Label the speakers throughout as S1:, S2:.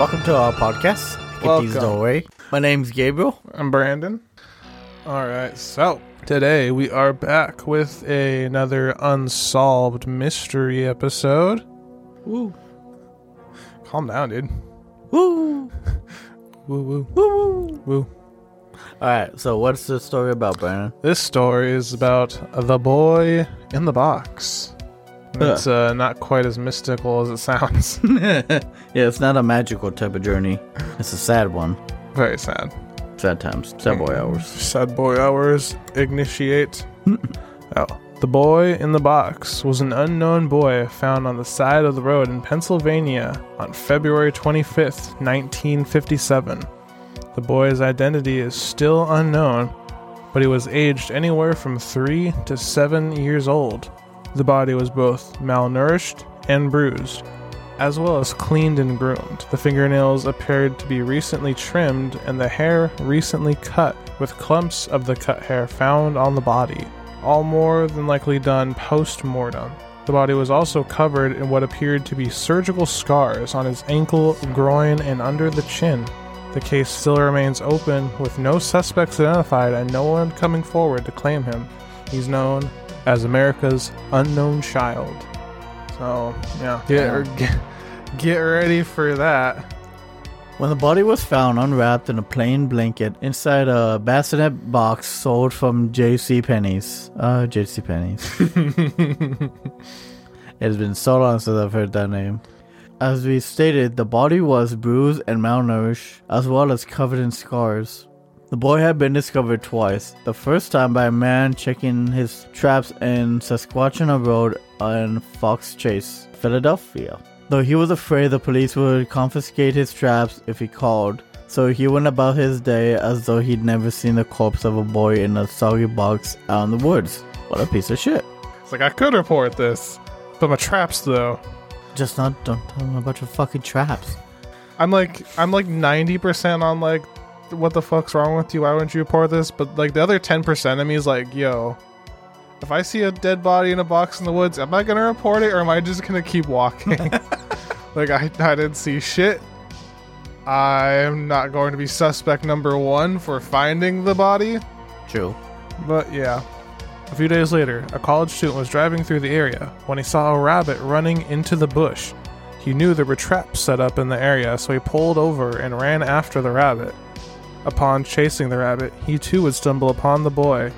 S1: Welcome to our podcast. Get these
S2: Welcome.
S1: away. My name's Gabriel.
S2: I'm Brandon. All right, so today we are back with a- another unsolved mystery episode.
S1: Woo.
S2: Calm down, dude.
S1: Woo.
S2: Woo woo
S1: Woo. woo.
S2: woo.
S1: All right. So, what's the story about, Brandon?
S2: This story is about the boy in the box. And It's uh, not quite as mystical as it sounds.
S1: yeah, it's not a magical type of journey. It's a sad one.
S2: Very sad.
S1: Sad times. Sad boy hours.
S2: Sad boy hours. Initiate. oh. The boy in the box was an unknown boy found on the side of the road in Pennsylvania on February 25th, 1957. The boy's identity is still unknown, but he was aged anywhere from 3 to 7 years old. The body was both malnourished and bruised, as well as cleaned and groomed. The fingernails appeared to be recently trimmed and the hair recently cut, with clumps of the cut hair found on the body, all more than likely done post mortem. The body was also covered in what appeared to be surgical scars on his ankle, groin, and under the chin. The case still remains open, with no suspects identified and no one coming forward to claim him. He's known as America's unknown child. So, yeah,
S1: Yeah.
S2: get, get, get ready for that.
S1: When the body was found unwrapped in a plain blanket inside a bassinet box sold from J.C. Penney's, uh, J.C. Penney's, it has been so long since I've heard that name. As we stated, the body was bruised and malnourished, as well as covered in scars. The boy had been discovered twice. The first time by a man checking his traps in Saskatchewan Road on Fox Chase, Philadelphia. Though he was afraid the police would confiscate his traps if he called, so he went about his day as though he'd never seen the corpse of a boy in a soggy box out in the woods. What a piece of shit.
S2: It's like I could report this, but my traps though.
S1: Just not, don't tell him about your fucking traps.
S2: I'm like I'm like 90% on like what the fuck's wrong with you? Why wouldn't you report this? But like the other 10% of me is like, yo, if I see a dead body in a box in the woods, am I gonna report it or am I just gonna keep walking? like I, I didn't see shit. I am not going to be suspect number one for finding the body.
S1: True.
S2: But yeah. A few days later, a college student was driving through the area when he saw a rabbit running into the bush. He knew there were traps set up in the area, so he pulled over and ran after the rabbit. Upon chasing the rabbit, he too would stumble upon the boy,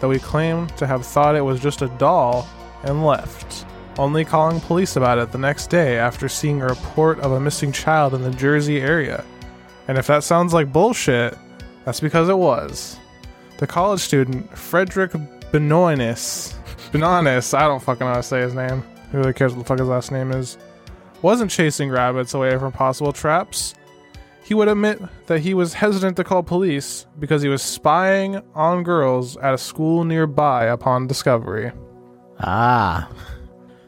S2: though he claimed to have thought it was just a doll and left, only calling police about it the next day after seeing a report of a missing child in the Jersey area. And if that sounds like bullshit, that's because it was the college student Frederick Benonis, Benonis, I don't fucking know how to say his name. Who really cares what the fuck his last name is? Wasn't chasing rabbits away from possible traps. He would admit that he was hesitant to call police because he was spying on girls at a school nearby upon discovery.
S1: Ah.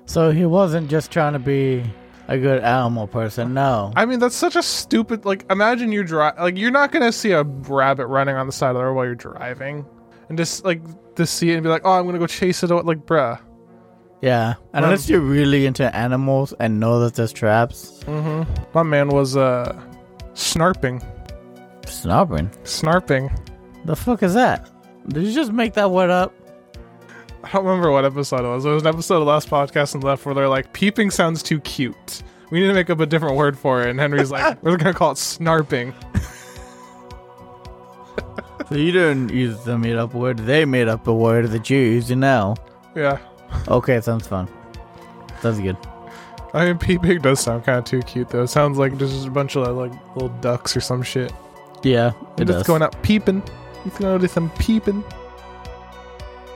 S1: So he wasn't just trying to be a good animal person, no.
S2: I mean, that's such a stupid. Like, imagine you're driving. Like, you're not gonna see a rabbit running on the side of the road while you're driving, and just like to see it and be like, "Oh, I'm gonna go chase it." out," Like, bruh.
S1: yeah. And unless you're really into animals and know that there's traps,
S2: My man was uh snarping.
S1: snobbering.
S2: Snarping.
S1: The fuck is that? Did you just make that word up?
S2: I don't remember what episode it was. It was an episode of last podcast and left where they're like, peeping sounds too cute. We need to make up a different word for it. And Henry's like, we're gonna call it snarping.
S1: So you didn't use the made up word. They made up a word that you're using now.
S2: Yeah.
S1: Okay, sounds fun. Sounds good.
S2: I mean peeping does sound kinda too cute though. It sounds like just a bunch of like little ducks or some shit.
S1: Yeah, it
S2: It's
S1: does.
S2: going out peeping. He's gonna do some peeping.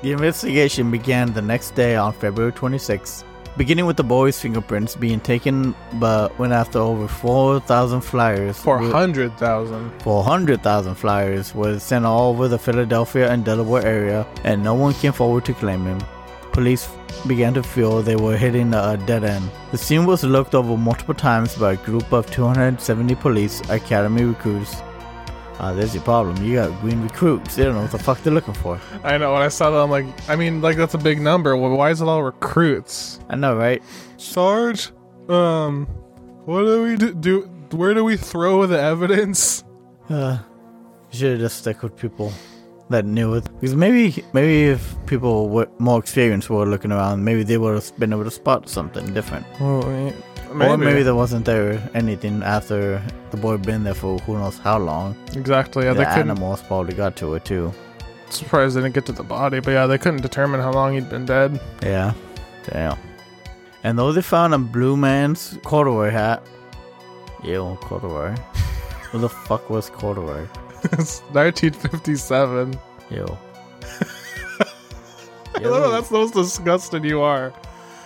S1: The investigation began the next day on February 26, beginning with the boy's fingerprints being taken, but when after over 4,000 flyers
S2: Four
S1: were-
S2: hundred thousand.
S1: 400,000 flyers were sent all over the Philadelphia and Delaware area, and no one came forward to claim him. Police began to feel they were hitting a dead end. The scene was looked over multiple times by a group of 270 police academy recruits. Ah, there's your problem. You got green recruits. They don't know what the fuck they're looking for.
S2: I know when I saw that I'm like I mean like that's a big number. Well, why is it all recruits?
S1: I know, right?
S2: Sarge, um, what do we do? do Where do we throw the evidence?
S1: Uh, you should just stick with people that knew it. Because maybe, maybe if people were more experienced were looking around, maybe they would have been able to spot something different.
S2: Well, eh, maybe.
S1: Or maybe there wasn't there anything after the boy been there for who knows how long.
S2: exactly. Yeah,
S1: the
S2: they couldn't.
S1: animals probably got to it too.
S2: Surprised they didn't get to the body, but yeah, they couldn't determine how long he'd been dead.
S1: Yeah. Damn. And though they found a blue man's corduroy hat. Ew, corduroy. Who the fuck was corduroy?
S2: It's 1957.
S1: Ew.
S2: I don't know, that's the most disgusted you are.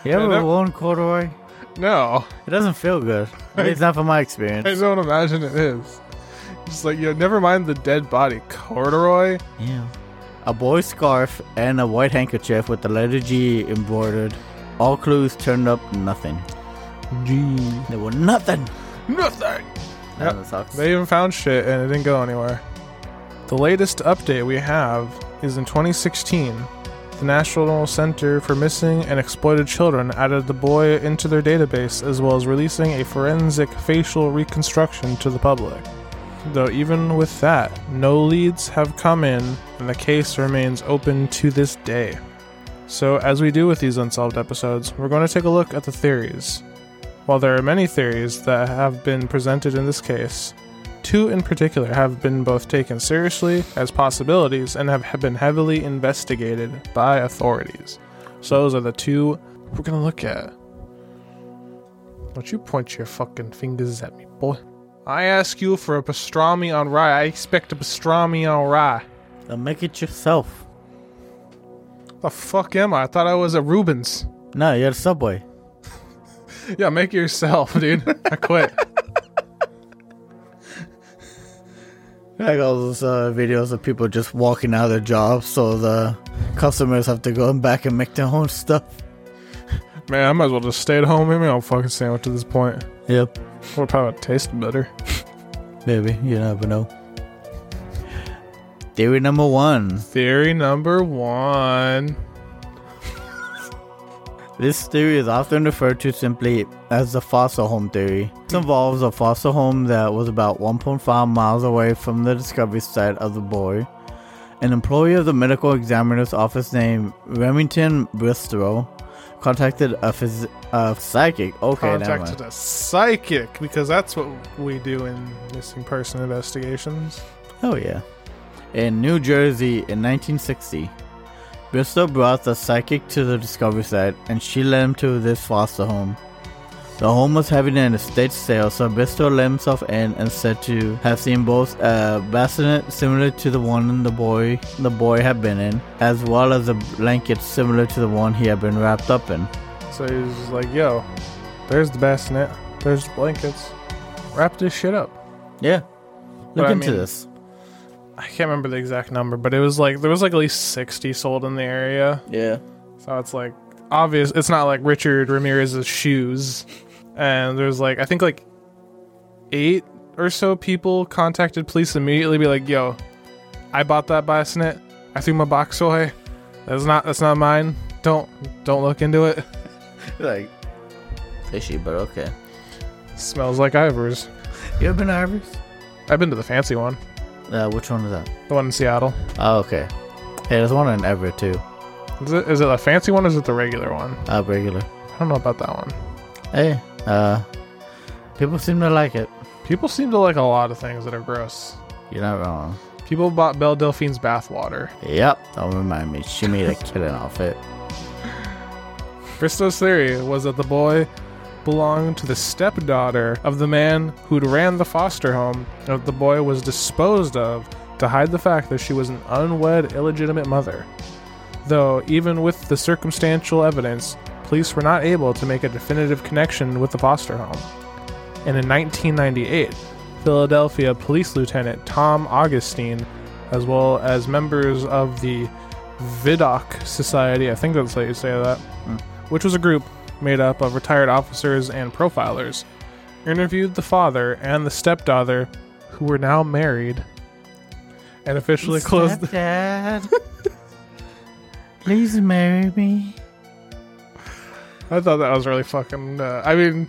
S1: you ever
S2: I never-
S1: worn corduroy?
S2: No,
S1: It doesn't feel good. At least not from my experience.
S2: I don't imagine it is. Just like, you know, never mind the dead body. Corduroy?
S1: Yeah. A boy scarf and a white handkerchief with the letter G embroidered. All clues turned up nothing.
S2: Gee.
S1: They were nothing.
S2: Nothing! Yep.
S1: That sucks.
S2: They even found shit and it didn't go anywhere. The latest update we have is in 2016. The National Center for Missing and Exploited Children added the boy into their database as well as releasing a forensic facial reconstruction to the public. Though, even with that, no leads have come in and the case remains open to this day. So, as we do with these unsolved episodes, we're going to take a look at the theories. While there are many theories that have been presented in this case, two in particular have been both taken seriously as possibilities and have, have been heavily investigated by authorities. So those are the two we're gonna look at. Don't you point your fucking fingers at me, boy. I ask you for a pastrami on rye. I expect a pastrami on rye.
S1: Then make it yourself.
S2: The fuck am I? I thought I was at Rubens.
S1: No, you're at Subway.
S2: Yeah, make it yourself, dude. I quit.
S1: Like all those uh, videos of people just walking out of their jobs, so the customers have to go back and make their own stuff.
S2: Man, I might as well just stay at home. Maybe I'll fucking sandwich at this point.
S1: Yep,
S2: Would probably taste better.
S1: maybe. You never know. Theory number one.
S2: Theory number one.
S1: This theory is often referred to simply as the fossil home theory. This involves a fossil home that was about 1.5 miles away from the discovery site of the boy. An employee of the medical examiner's office named Remington Bristow contacted a, phys- a psychic. Okay, never mind.
S2: Contacted a psychic because that's what we do in missing person investigations.
S1: Oh, yeah. In New Jersey in 1960, Bristol brought the psychic to the discovery site and she led him to this foster home. The home was having an estate sale, so Bristol let himself in and said to have seen both a bassinet similar to the one the boy the boy had been in, as well as a blanket similar to the one he had been wrapped up in.
S2: So he was like, yo, there's the bassinet, there's the blankets. Wrap this shit up.
S1: Yeah. Look
S2: But I
S1: into
S2: mean-
S1: this.
S2: I can't remember the exact number, but it was like, there was like at least 60 sold in the area.
S1: Yeah.
S2: So it's like obvious. It's not like Richard Ramirez's shoes. And there's like I think like eight or so people contacted police immediately. Be like, yo, I bought that bassinet. I threw my box away. That's not that's not mine. Don't don't look into it.
S1: Like fishy, but okay.
S2: Smells like Ivors.
S1: You ever been to Ivory's?
S2: I've been to the fancy one,
S1: Uh, which one is that?
S2: the one in Seattle.
S1: Oh, okay. Hey, there's one in Everett too.
S2: Is it is it a fancy one or is it the regular one?
S1: Uh, regular.
S2: I don't know about that one.
S1: Hey, uh, people seem to like it.
S2: People seem to like a lot of things that are gross.
S1: You're not wrong.
S2: People bought Belle Delphine's bathwater.
S1: Yep, don't remind me. She made a killing off it.
S2: Bristow's theory was that the boy belonged to the stepdaughter of the man who'd ran the foster home, and that the boy was disposed of to hide the fact that she was an unwed, illegitimate mother. Though, even with the circumstantial evidence, police were not able to make a definitive connection with the foster home. And in 1998, Philadelphia Police Lieutenant Tom Augustine, as well as members of the Vidocq Society, I think that's how you say that, which was a group made up of retired officers and profilers, interviewed the father and the stepdaughter, who were now married, and officially closed. The-
S1: Dad, please marry me.
S2: I thought that was really fucking. Uh, I mean,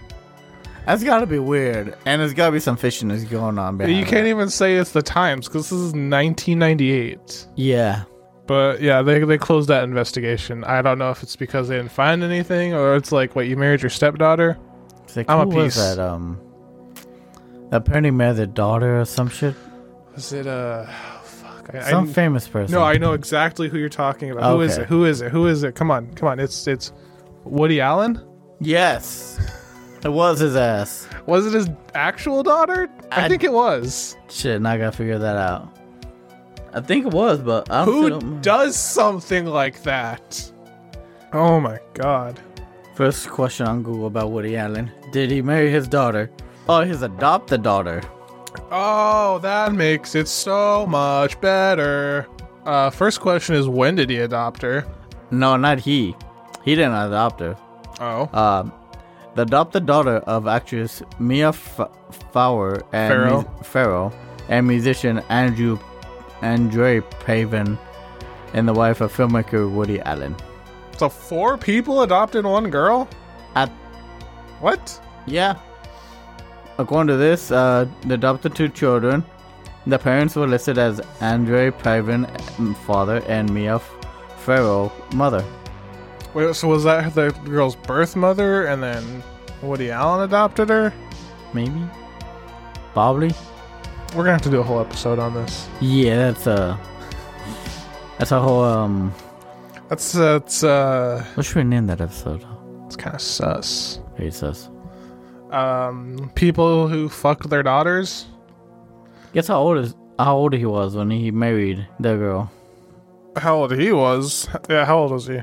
S1: That's gotta be weird, and there's gotta be some fishiness going on. Behind
S2: You can't
S1: it.
S2: even say it's the times because this is 1998.
S1: Yeah,
S2: But yeah, they, they closed that investigation. I don't know if it's because they didn't find anything or it's like, wait, you married your stepdaughter?
S1: it's like,
S2: I'm a
S1: who was
S2: piece.
S1: that? Um, that apparently married their daughter or some shit.
S2: Was it uh, fuck? I,
S1: Some
S2: I,
S1: famous person.
S2: no, I know exactly who you're talking about. Who is
S1: Okay.
S2: it? Who is it? Who is it? Come on, come on. It's it's Woody Allen.
S1: Yes, it was his ass.
S2: Was it his actual daughter? I,
S1: I-
S2: think it was.
S1: Shit, now I gotta figure that out. I think it was, but I don't
S2: Who
S1: feel-
S2: does something like that? Oh my god.
S1: First question on Google about Woody Allen: Did he marry his daughter? Oh, his adopted daughter.
S2: Oh, that makes it so much better. Uh, first question is when did he adopt her?
S1: No, not he. He didn't adopt her.
S2: Oh,
S1: Um, the adopted daughter of actress Mia F- Farrow and
S2: Farrow.
S1: mu- Farrow and musician Andrew Andre Paven, and the wife of filmmaker Woody Allen.
S2: so four people adopted one girl.
S1: At
S2: What?
S1: yeah, according to this, uh, the adopted two children. The parents were listed as Andre Paven, m- father, and Mia F- Farrow, mother.
S2: Wait, so was that the girl's birth mother, and then Woody Allen adopted her?
S1: Maybe, probably.
S2: We're gonna have to do a whole episode on this.
S1: Yeah, that's uh, that's a whole um.
S2: That's uh, it's uh,
S1: What should we name that episode?
S2: it's kind of sus.
S1: It says.
S2: Um, people who fucked their daughters.
S1: Guess how old is how old he was when he married the girl?
S2: How old he was? Yeah, how old was he?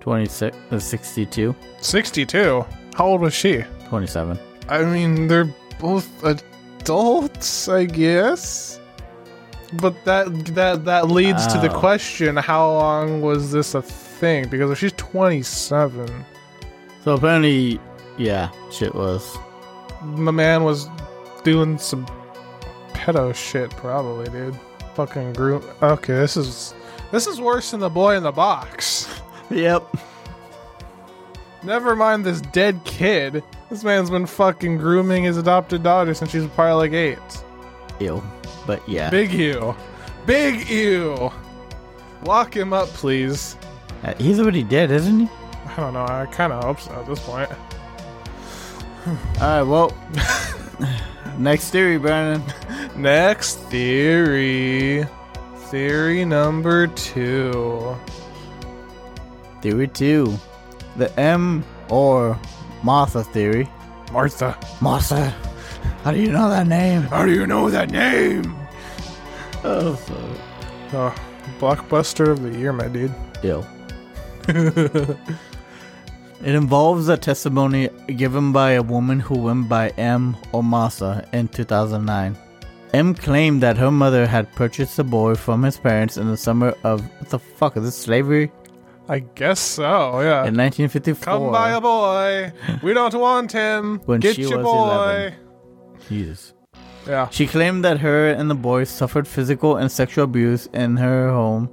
S1: 26, uh, 62,
S2: Sixty-two. How old was she?
S1: 27.
S2: I mean, they're both adults, I guess. But that that that leads to the
S1: Oh.
S2: question: How long was this a thing? Because if she's twenty-seven,
S1: So apparently, yeah, shit was.
S2: my man was doing some pedo shit, probably, dude. Fucking group. Okay, this is this is worse than the boy in the box.
S1: Yep.
S2: Never mind this dead kid. This man's been fucking grooming his adopted daughter since she's probably like eight.
S1: Ew. But yeah,
S2: Big you. Big you. Lock him up, please.
S1: Uh, he's already dead, isn't he?
S2: I don't know. I kind of hope so at this point.
S1: All right. Well, next theory, Brandon.
S2: Next theory. Theory number two.
S1: Theory two, the M or Martha theory.
S2: Martha.
S1: Martha. How do you know that name?
S2: How do you know that name?
S1: Oh, fuck.
S2: Oh, blockbuster of the year, my dude.
S1: Ew. It involves a testimony given by a woman who went by M. Omasa in 2009. M claimed that her mother had purchased the boy from his parents in the summer of what the fuck is this slavery
S2: I guess so. Yeah.
S1: in 1954.
S2: Uh, Come by a boy. We don't want him.
S1: When
S2: Get
S1: she
S2: your
S1: was
S2: boy.
S1: 11. Jesus.
S2: Yeah.
S1: She claimed that her and the boy suffered physical and sexual abuse in her home.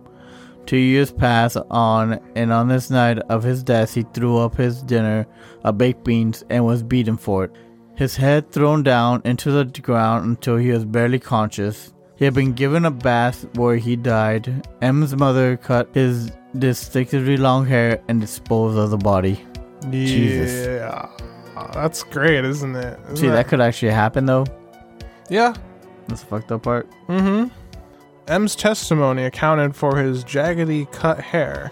S1: Two years passed on, and on this night of his death, he threw up his dinner of baked beans and was beaten for it. His head thrown down into the ground until he was barely conscious. He had been given a bath where he died. M's mother cut his distinctively long hair and disposed of the body. Jesus.
S2: Yeah. Oh, that's great, isn't it? Isn't
S1: See, that could actually happen though.
S2: Yeah.
S1: That's the fucked up part.
S2: Mm-hmm. M's testimony accounted for his jaggedy cut hair,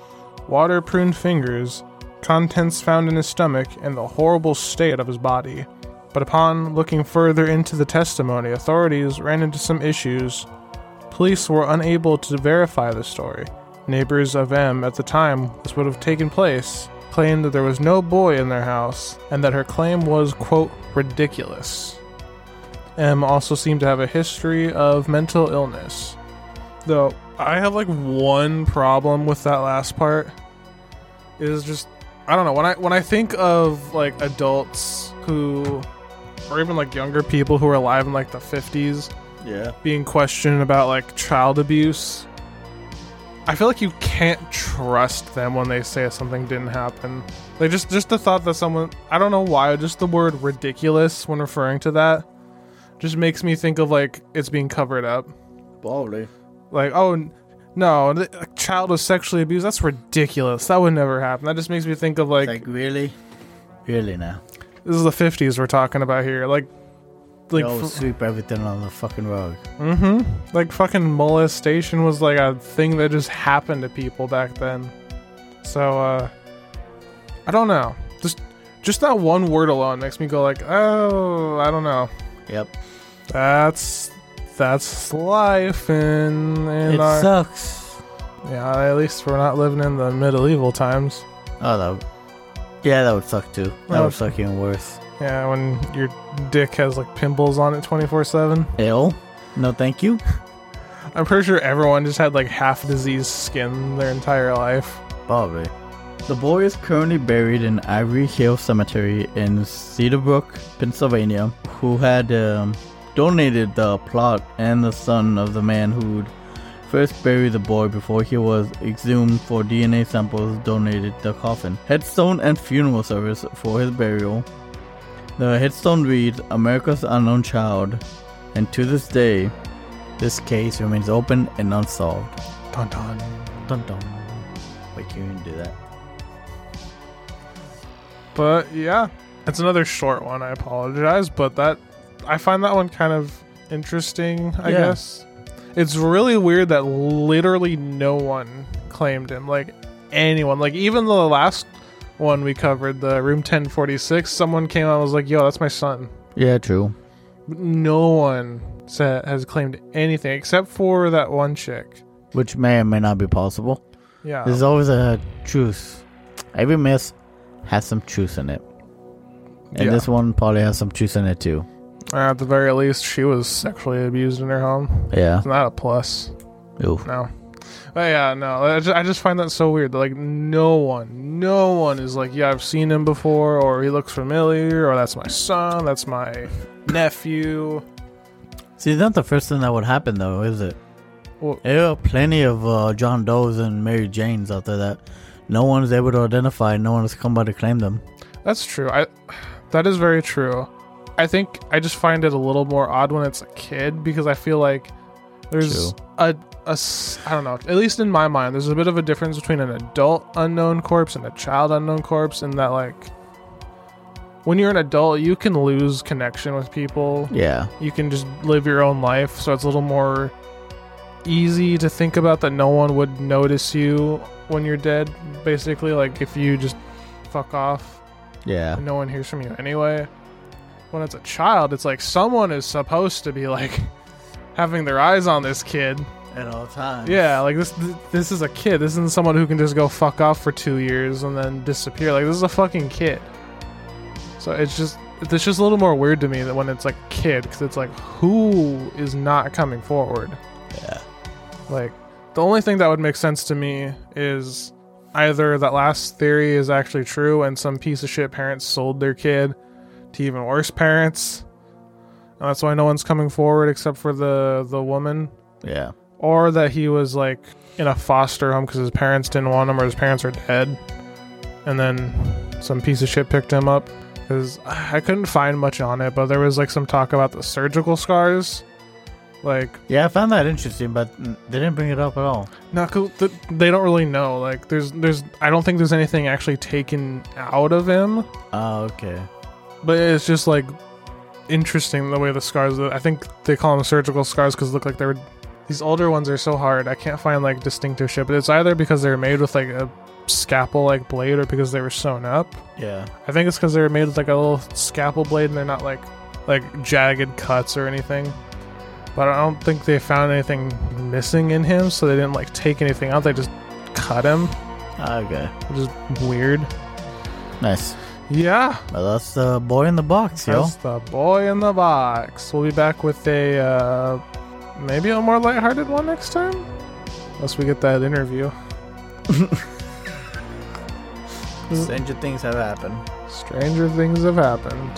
S2: water pruned fingers, contents found in his stomach, and the horrible state of his body. But upon looking further into the testimony, authorities ran into some issues. Police were unable to verify the story. Neighbors of M at the time this would have taken place claimed that there was no boy in their house and that her claim was, quote, ridiculous. M also seemed to have a history of mental illness. Though I have like one problem with that last part is just I don't know, when I when I think of like adults who or even like younger people who are alive in like the 50s
S1: Yeah.
S2: being questioned about like child abuse I feel like you can't trust them when they say something didn't happen. Like just just the thought that someone I don't know why, just the word ridiculous when referring to that just makes me think of like it's being covered up.
S1: Probably.
S2: Like, oh n- no, th- a child was sexually abused. That's ridiculous. That would never happen. That just makes me think of like,
S1: Like, really? Really now?
S2: this is the 50s we're talking about here. Like like
S1: Like, Yo, sweep everything on the fucking rug.
S2: hmm Like fucking molestation was like a thing that just happened to people back then. So uh I don't know. Just just that one word alone makes me go like, oh, I don't know.
S1: Yep.
S2: That's that's life in in
S1: it
S2: our
S1: sucks.
S2: yeah. At least we're not living in the medieval times.
S1: Oh, that. would- Yeah, that would suck too. That
S2: Oh.
S1: would suck even worse.
S2: Yeah, when your dick has like pimples on it twenty four seven.
S1: Ill? No, thank you.
S2: I'm pretty sure everyone just had like half diseased skin their entire life.
S1: Probably. The boy is currently buried in Ivory Hill Cemetery in Cedarbrook, Pennsylvania, who had um, donated the plot and the son of the man who'd first buried the boy before he was exhumed for DNA samples donated the coffin, headstone, and funeral service for his burial. The headstone reads America's Unknown Child, and to this day, this case remains open and unsolved.
S2: Dun dun.
S1: Dun dun. Wait, can you do that?
S2: But yeah, it's another short one. I apologize, but that I find that one kind of interesting. I
S1: Yeah.
S2: guess it's really weird that literally no one claimed him. Like anyone, like even the last one we covered, the room ten forty six. Someone came out and was like, "Yo, that's my son."
S1: Yeah, true.
S2: But no one sa has claimed anything except for that one chick.
S1: Which may or may not be possible.
S2: Yeah,
S1: There's always a truth. Every myth has some truth in it. And
S2: Yeah.
S1: this one probably has some truth in it too.
S2: at the very least, she was sexually abused in her home.
S1: Yeah.
S2: It's not a plus.
S1: Ooh.
S2: No. But yeah, no. I ju- I just, find that so weird. that, Like, no one, no one is like, yeah, I've seen him before, or he looks familiar, or that's my son, that's my nephew.
S1: See, it's not the first thing that would happen though, is it?
S2: Well-
S1: there are plenty of uh, John Doe's and Mary Jane's out there that no one's able to identify, no one has come by to claim them.
S2: That's true. I, that is very true. I think I just find it a little more odd when it's a kid because I feel like there's
S1: True.
S2: a a s- I don't know. At least in my mind, there's a bit of a difference between an adult unknown corpse and a child unknown corpse, in that like when you're an adult, you can lose connection with people.
S1: Yeah.
S2: you can just live your own life so it's a little more easy to think about that no one would notice you when you're dead basically like if you just fuck off
S1: Yeah.
S2: and no one hears from you anyway when it's a child it's like someone is supposed to be like having their eyes on this kid
S1: At all times.
S2: yeah like this this is a kid this isn't someone who can just go fuck off for two years and then disappear like this is a fucking kid so it's just it's just a little more weird to me that when it's like kid because it's like who is not coming forward
S1: Yeah.
S2: like the only thing that would make sense to me is either that last theory is actually true and some piece of shit parents sold their kid to even worse parents and that's why no one's coming forward except for the the woman
S1: Yeah.
S2: or that he was like in a foster home because his parents didn't want him or his parents are dead and then some piece of shit picked him up because i couldn't find much on it but there was like some talk about the surgical scars like
S1: Yeah, I found that interesting, but mm, they didn't bring it up at all.
S2: no 'cause th- they don't really know like there's there's i don't think there's anything actually taken out of him
S1: Oh, okay.
S2: but it's just like interesting the way the scars i think they call them surgical scars because look like they were these older ones are so hard i can't find like distinctive shit but it's either because they were made with like a scalpel like blade or because they were sewn up
S1: Yeah.
S2: i think it's because they were made with like a little scalpel blade and they're not like like jagged cuts or anything but i don't think they found anything missing in him so they didn't like take anything out they just cut him
S1: Ah, Okay.
S2: which is weird
S1: Nice.
S2: yeah
S1: Well, that's the boy in the box, yo.
S2: That's the boy in the box. We'll be back with a uh, maybe a more lighthearted one next time, unless we get that interview.
S1: Stranger things have happened.
S2: Stranger things have happened.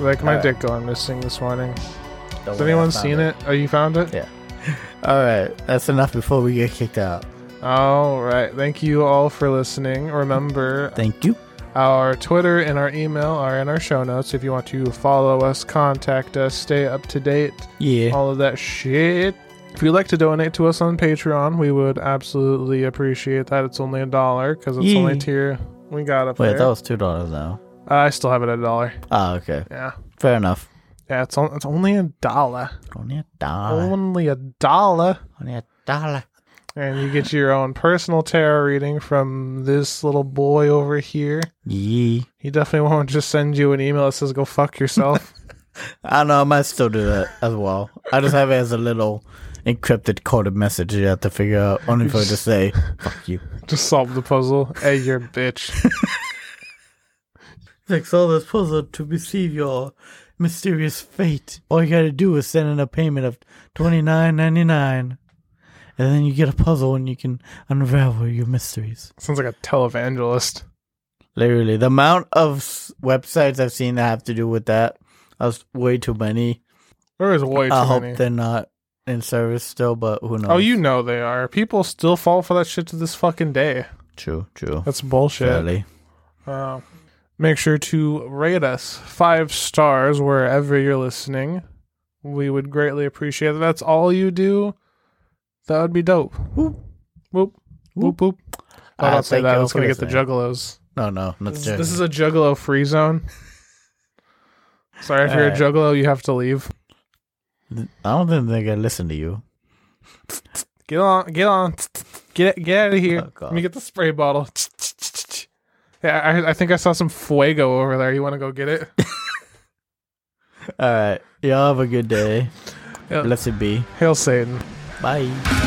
S2: Like my
S1: Alright.
S2: dick going missing this morning. Has anyone seen it? Oh, you found it?
S1: Yeah. All right, that's enough before we get kicked out.
S2: All right. Thank you all for listening. Remember,
S1: Thank you.
S2: our Twitter and our email are in our show notes if you want to follow us, contact us, stay up to date,
S1: Yeah.
S2: all of that shit. If you'd like to donate to us on Patreon, we would absolutely appreciate that. It's only a dollar because it's
S1: Yee.
S2: only a tier we got up
S1: Wait,
S2: there. Uh,
S1: that was two dollars now.
S2: I still have it at a dollar.
S1: Ah, okay.
S2: Yeah.
S1: Fair enough.
S2: Yeah, it's, on, it's only a dollar.
S1: Only a dollar.
S2: Only a dollar.
S1: Only a dollar.
S2: And you get your own personal tarot reading from this little boy over here.
S1: Yee.
S2: He definitely won't just send you an email that says, go fuck yourself.
S1: I don't know. I might still do that as well. I just have it as a little encrypted coded message you have to figure out only for it to say "fuck you."
S2: just solve the puzzle. Hey, you're a bitch.
S1: Like solve this puzzle to receive your mysterious fate. All you gotta do is send in a payment of twenty nine ninety nine, and then you get a puzzle and you can unravel your mysteries.
S2: Sounds like a televangelist.
S1: Literally, the amount of s- websites I've seen that have to do with that is way too many.
S2: There is way too
S1: I hope
S2: many.
S1: they're not in service still, but who knows?
S2: Oh, you know they are. People still fall for that shit to this fucking day.
S1: true, true.
S2: That's bullshit.
S1: Fairly.
S2: Wow. Make sure to rate us five stars wherever you're listening. We would greatly appreciate it. If That's all you do. That would be dope.
S1: Whoop.
S2: Whoop. Whoop, whoop.
S1: Uh,
S2: I don't say
S1: thank
S2: that.
S1: y'all
S2: It's
S1: for
S2: going to get the
S1: listening.
S2: juggalos.
S1: No, no, not
S2: This,
S1: joking.
S2: this is a juggalo free zone. Sorry, if you're
S1: Alright.
S2: a juggalo, you have to leave.
S1: I don't think they're gonna listen to you.
S2: Get on, get on, get get out of here.
S1: Oh, God.
S2: Let me get the spray bottle. Yeah, I, I think I saw some fuego over there. You want to go get it?
S1: All right, y'all have a good day.
S2: Yeah.
S1: Blessed be.
S2: Hail Satan.
S1: Bye.